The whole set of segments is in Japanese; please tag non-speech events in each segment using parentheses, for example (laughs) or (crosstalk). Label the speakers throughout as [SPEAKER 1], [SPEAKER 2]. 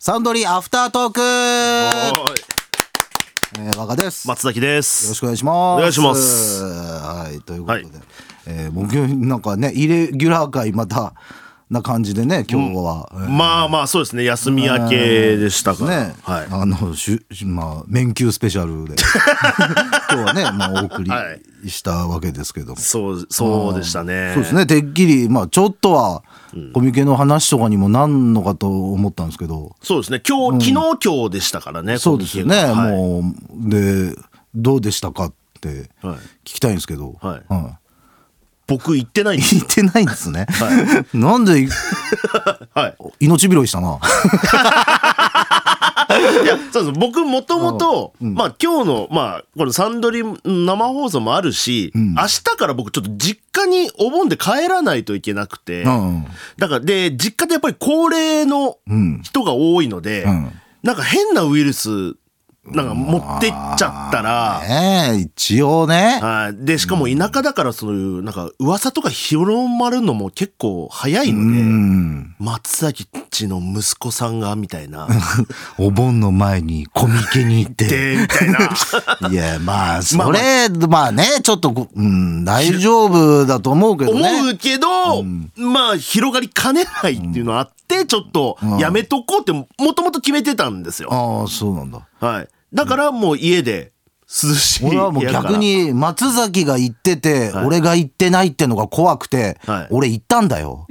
[SPEAKER 1] サウンドリーアフタートーク
[SPEAKER 2] はーい
[SPEAKER 1] えー、若です。よ
[SPEAKER 2] 松崎で
[SPEAKER 1] ろし
[SPEAKER 2] す。
[SPEAKER 1] くお願いします。
[SPEAKER 2] お願いします
[SPEAKER 1] はい、ということで、
[SPEAKER 2] はい
[SPEAKER 1] えー、もう今日なんかね、イレギュラー会またな感じでね、今日は。えー
[SPEAKER 2] まあまあそうですね休み明けでしたから、
[SPEAKER 1] ね、
[SPEAKER 2] はい、
[SPEAKER 1] あのしゅしまあ免休スペシャ
[SPEAKER 2] (laughs)
[SPEAKER 1] ルで今日はね、まあ、お送
[SPEAKER 2] はい
[SPEAKER 1] りしたわけですけども、
[SPEAKER 2] そうそうでしたね。
[SPEAKER 1] そうですねてっきり、まあ、ちょっとはコミケの話とかにもなんのかと思ったんですけど、
[SPEAKER 2] そうですね今日、昨日今日でしたからね。
[SPEAKER 1] そうですよね、
[SPEAKER 2] コミケがはい
[SPEAKER 1] もうでどうでしたかって
[SPEAKER 2] はい
[SPEAKER 1] 聞きたいんですけど、
[SPEAKER 2] はい
[SPEAKER 1] うん
[SPEAKER 2] 僕行ってない
[SPEAKER 1] (laughs)
[SPEAKER 2] んです。
[SPEAKER 1] 聞いてないんですね、なんでい
[SPEAKER 2] はい。
[SPEAKER 1] 命拾いしたな
[SPEAKER 2] いやそうです僕もともとまあ今日のまあこのサンドリ生放送もあるし、明日から僕ちょっと実家にお盆で帰らないといけなくて、
[SPEAKER 1] うん
[SPEAKER 2] だからで実家でやっぱり高齢の人が多いので、
[SPEAKER 1] ん
[SPEAKER 2] なんか変なウイルスなんか持ってっちゃったら。
[SPEAKER 1] ねえ一応ね
[SPEAKER 2] はい。で、しかも田舎だから、そのいう、なんか、噂とか広まるのも結構早いの
[SPEAKER 1] う
[SPEAKER 2] で、
[SPEAKER 1] ん
[SPEAKER 2] 松崎っちの息子さんが、みた
[SPEAKER 1] (laughs)
[SPEAKER 2] いな、
[SPEAKER 1] お盆の前にコミケに行って
[SPEAKER 2] で、みたいな。
[SPEAKER 1] いや、まあ、それ、まあ、ね、ちょっとこ、うん、大丈夫だと思うけど
[SPEAKER 2] 思
[SPEAKER 1] ね。
[SPEAKER 2] うけど、まあ、広がりかねないっていうのあって、ちょっと、やめとこうって、もともと決めてたんですよ。
[SPEAKER 1] ああ、そうなんだ。
[SPEAKER 2] はい。だから、もう家で、涼しい部
[SPEAKER 1] 俺は
[SPEAKER 2] 屋から。
[SPEAKER 1] もう逆に、松崎が行ってて、
[SPEAKER 2] い
[SPEAKER 1] 俺が行ってないってのが怖くて、
[SPEAKER 2] はい
[SPEAKER 1] 俺行ったんだよ。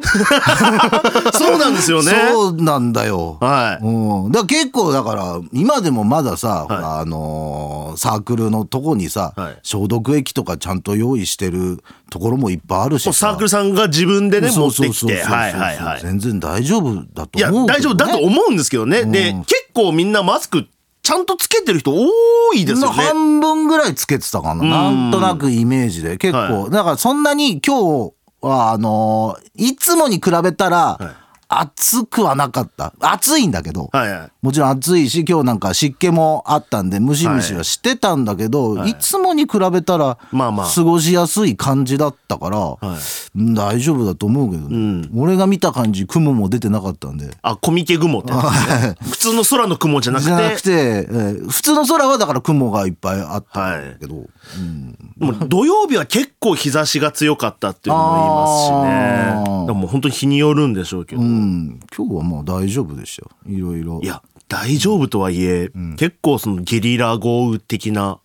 [SPEAKER 2] そうなんですよね。
[SPEAKER 1] そうなんだよ。
[SPEAKER 2] はい。
[SPEAKER 1] うん、だから結構だから今でもまださ、ほらあのーサークルのとこにさ、
[SPEAKER 2] はい
[SPEAKER 1] 消毒液とかちゃんと用意してるところもいっぱいあるし
[SPEAKER 2] もうサー
[SPEAKER 1] さ
[SPEAKER 2] クルさんが自分でね、
[SPEAKER 1] そ
[SPEAKER 2] 持
[SPEAKER 1] う
[SPEAKER 2] っ
[SPEAKER 1] そ
[SPEAKER 2] て
[SPEAKER 1] う
[SPEAKER 2] き
[SPEAKER 1] そうそう
[SPEAKER 2] て。はいはいはい。
[SPEAKER 1] 全然大丈夫だと思うけ
[SPEAKER 2] いや、
[SPEAKER 1] どね、
[SPEAKER 2] 大丈夫だと思うんですけどね。で、結構みんなマスクちゃんとつけてる人多いですよね。
[SPEAKER 1] 半分ぐらいつけてたかな。なんとなくイメージで。結構、
[SPEAKER 2] は
[SPEAKER 1] だからそんなに今日は、あのーいつもに比べたら、暑くはなかった。暑いんだけど。
[SPEAKER 2] はいはい。
[SPEAKER 1] もちろん暑いし今日なんか湿気もあったんでムシムシはしてたんだけど、い、つもに比べたら
[SPEAKER 2] まあまあ
[SPEAKER 1] 過ごしやすい感じだったから、うん大丈夫だと思うけどね、俺が見た感じ雲も出てなかったんで
[SPEAKER 2] あ、コミケ雲ってやつですね。普通の空の雲じゃなく
[SPEAKER 1] じ
[SPEAKER 2] (laughs) て、
[SPEAKER 1] ゃなくて、えー普通の空はだから雲がいっぱいあったんだけど、
[SPEAKER 2] もう土曜日は結構日差しが強かったっていうのも言いますしね。
[SPEAKER 1] あー
[SPEAKER 2] だからもう本当に日によるんでしょうけど。
[SPEAKER 1] うん、今日はもう大丈夫でしたよいろいろ
[SPEAKER 2] いや、大丈夫とはいえ、結構そのゲリラ豪雨的な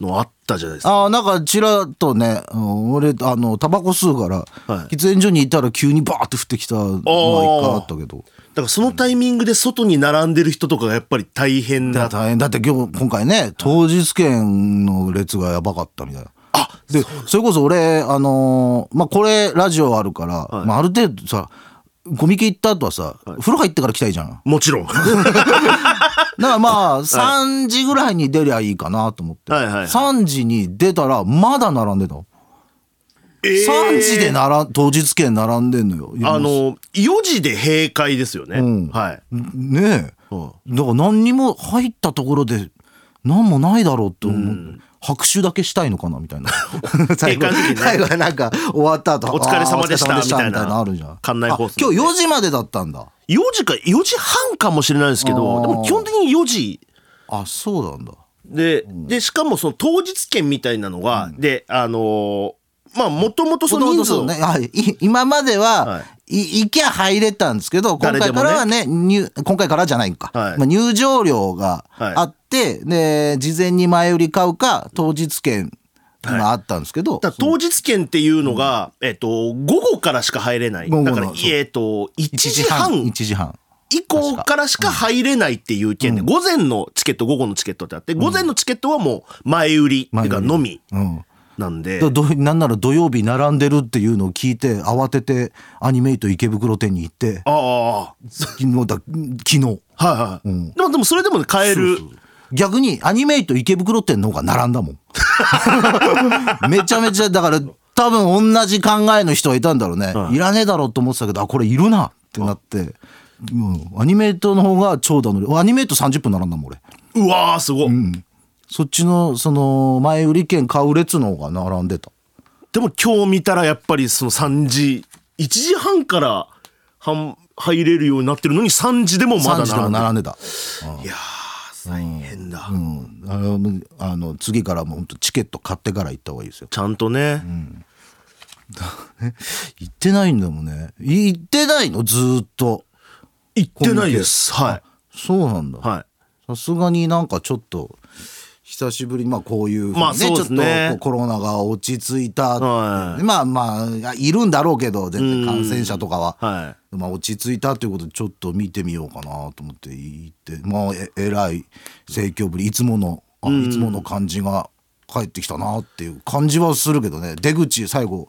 [SPEAKER 2] のあったじゃないですか。
[SPEAKER 1] ああなんかちらっとね、うん俺あのタバコ吸うから、
[SPEAKER 2] はい
[SPEAKER 1] 喫煙所にいたら急にバーって降ってきたのは一回あったけど
[SPEAKER 2] だからそのタイミングで外に並んでる人とかがやっぱり大変
[SPEAKER 1] い
[SPEAKER 2] だ
[SPEAKER 1] や
[SPEAKER 2] った。
[SPEAKER 1] 大変だって今日今回ね当日券の列がやばかったみたいな。
[SPEAKER 2] あ
[SPEAKER 1] でそれこそ俺あのーまあこれラジオあるから、まあ、ある程度さコミケ行った後はさ、風呂入ってから来たいじゃん。
[SPEAKER 2] もち (laughs) ろん。
[SPEAKER 1] だから
[SPEAKER 2] (laughs)
[SPEAKER 1] まあ3時ぐらいに出りゃいいかなと思って、
[SPEAKER 2] はいはいはい
[SPEAKER 1] 3時に出たらまだ並んでたの、
[SPEAKER 2] え
[SPEAKER 1] 3時でなら当日券並んでんのよ
[SPEAKER 2] あの、4時で閉会ですよね。
[SPEAKER 1] ん
[SPEAKER 2] はい。
[SPEAKER 1] ねえ
[SPEAKER 2] うん
[SPEAKER 1] だから何にも入ったところで何もないだろうって思う、拍手だけしたいのかなみ
[SPEAKER 2] (laughs)
[SPEAKER 1] たいな最後
[SPEAKER 2] 閉会の時にね
[SPEAKER 1] 最後はなんか終わった後
[SPEAKER 2] お疲れ様でした
[SPEAKER 1] あーお疲れ様みたい
[SPEAKER 2] みたい
[SPEAKER 1] な
[SPEAKER 2] な
[SPEAKER 1] のあるじゃん
[SPEAKER 2] 館内放送
[SPEAKER 1] あ今日4時までだったんだ
[SPEAKER 2] 4時か、4時半かもしれないですけ
[SPEAKER 1] あー
[SPEAKER 2] ど、でも基本的に4時
[SPEAKER 1] あそうなんだ
[SPEAKER 2] で、で、しかもその当日券みたいなのが、で、あのーまあ、もともとその人数
[SPEAKER 1] そう
[SPEAKER 2] を、
[SPEAKER 1] ね、はい、い今までは、、
[SPEAKER 2] はい
[SPEAKER 1] 行きゃ入れたんですけど今
[SPEAKER 2] 誰で
[SPEAKER 1] 回
[SPEAKER 2] もね
[SPEAKER 1] からはね入今回からじゃないんか、
[SPEAKER 2] はい
[SPEAKER 1] まあ、入場料があって、で事前に前売り買うか当日券があったんですけど、
[SPEAKER 2] だから当日券っていうのが、えっと、午後からしか入れない。
[SPEAKER 1] 午後の
[SPEAKER 2] だから、
[SPEAKER 1] そう
[SPEAKER 2] えっと、1時半
[SPEAKER 1] 1時半
[SPEAKER 2] 以降からしか入れないっていう券で、午前のチケット、午後のチケットってあって、午前のチケットはもう前売りっていうかのみ
[SPEAKER 1] うん
[SPEAKER 2] なんで。
[SPEAKER 1] だどなんなら土曜日並んでるっていうのを聞いて慌ててアニメイト池袋店に行って
[SPEAKER 2] ああ、
[SPEAKER 1] (laughs) 昨日だ昨日
[SPEAKER 2] はいはい。でも、でもそれでもね買える。
[SPEAKER 1] 逆にアニメイト池袋店の方が並んだもん
[SPEAKER 2] (laughs)
[SPEAKER 1] めちゃめちゃだから多分同じ考えの人がいたんだろうね、い、らねえだろうと思ってたけどあこれいるなってなって、うん、アニメイトの方が長蛇の列アニメイト30分並んだもん俺
[SPEAKER 2] うわー、すごい。
[SPEAKER 1] そっちのその前売り券買う列の方が並んでた
[SPEAKER 2] でも今日見たらやっぱりその3時1時半から半入れるようになってるのに3時でもま
[SPEAKER 1] 3
[SPEAKER 2] だ
[SPEAKER 1] 時でも
[SPEAKER 2] 並ん
[SPEAKER 1] 並
[SPEAKER 2] で
[SPEAKER 1] んでた。
[SPEAKER 2] いやー大変だ、
[SPEAKER 1] うん、あのむあの次からもう本当チケット買ってから行った方がいいですよ。
[SPEAKER 2] ちゃんとね、
[SPEAKER 1] 行ってないんだもんね。い行ってないのずーっと。
[SPEAKER 2] 行ってないですは
[SPEAKER 1] そうなんだ。
[SPEAKER 2] いはい
[SPEAKER 1] さすがになんかちょっと久しぶりにまあこういうふうにね,、
[SPEAKER 2] まあそうですね
[SPEAKER 1] ちょっとコロナが落ち着いた、
[SPEAKER 2] はい
[SPEAKER 1] まあまあいやいるんだろうけど全然感染者とかは、
[SPEAKER 2] は
[SPEAKER 1] まあ、落ち着いたということでちょっと見てみようかなと思って行ってまあええらい盛況ぶりいつものあいつもの感じが返ってきたなっていう感じはするけどね出口最後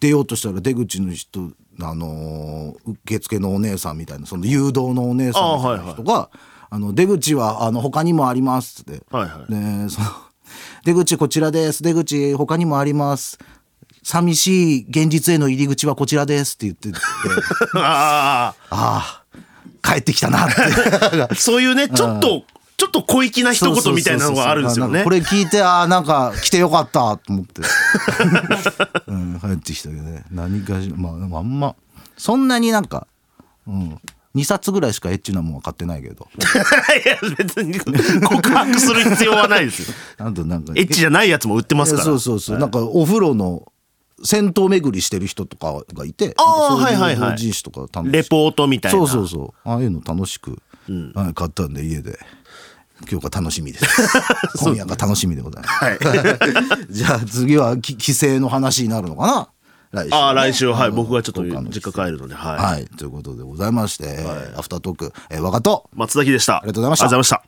[SPEAKER 1] 出ようとしたら出口の人あのー受付のお姉さんみたいなその誘導のお姉さんみたいな人が「あ,、の出口はあの他にもあります」って、
[SPEAKER 2] はいはい
[SPEAKER 1] でその出口こちらです出口他にもあります寂しい現実への入り口はこちらですって言ってて
[SPEAKER 2] あ
[SPEAKER 1] ああ帰ってきたなって
[SPEAKER 2] あそういうねちょっとちょっと小粋な (laughs) 一言みたいなのがあるんですよ
[SPEAKER 1] なんか
[SPEAKER 2] ね
[SPEAKER 1] これ聞いてああなんか来てよかったと思って、うん、帰ってきたけどね何かしらまあでもあんまそんなになんか、うん、2冊ぐらいしかエッチなもんは買ってないけど
[SPEAKER 2] (laughs) いや別に告白する必要はないですよ
[SPEAKER 1] あとなんか
[SPEAKER 2] エッチじゃないやつも売ってますから
[SPEAKER 1] そうそうそう、なんかお風呂の銭湯巡りしてる人とかがいてな
[SPEAKER 2] あー
[SPEAKER 1] んかそうう
[SPEAKER 2] はいはいはい
[SPEAKER 1] 老人誌とか楽しく
[SPEAKER 2] レポートみたいな
[SPEAKER 1] そうそうそうああいうの楽しく、はい買ったんで家で今日が楽し
[SPEAKER 2] (laughs)
[SPEAKER 1] みです今夜が楽しみでございます、 (laughs) じゃあ次はき帰省の話になるのかな来週、
[SPEAKER 2] ああ来週はい
[SPEAKER 1] の
[SPEAKER 2] 僕がちょっと
[SPEAKER 1] 福岡の帰
[SPEAKER 2] 実
[SPEAKER 1] 省
[SPEAKER 2] 家帰るのではい、
[SPEAKER 1] はいということでございまして、アフタートーク、えー、若と
[SPEAKER 2] 松崎でした
[SPEAKER 1] りがとうございました
[SPEAKER 2] ありがとうございました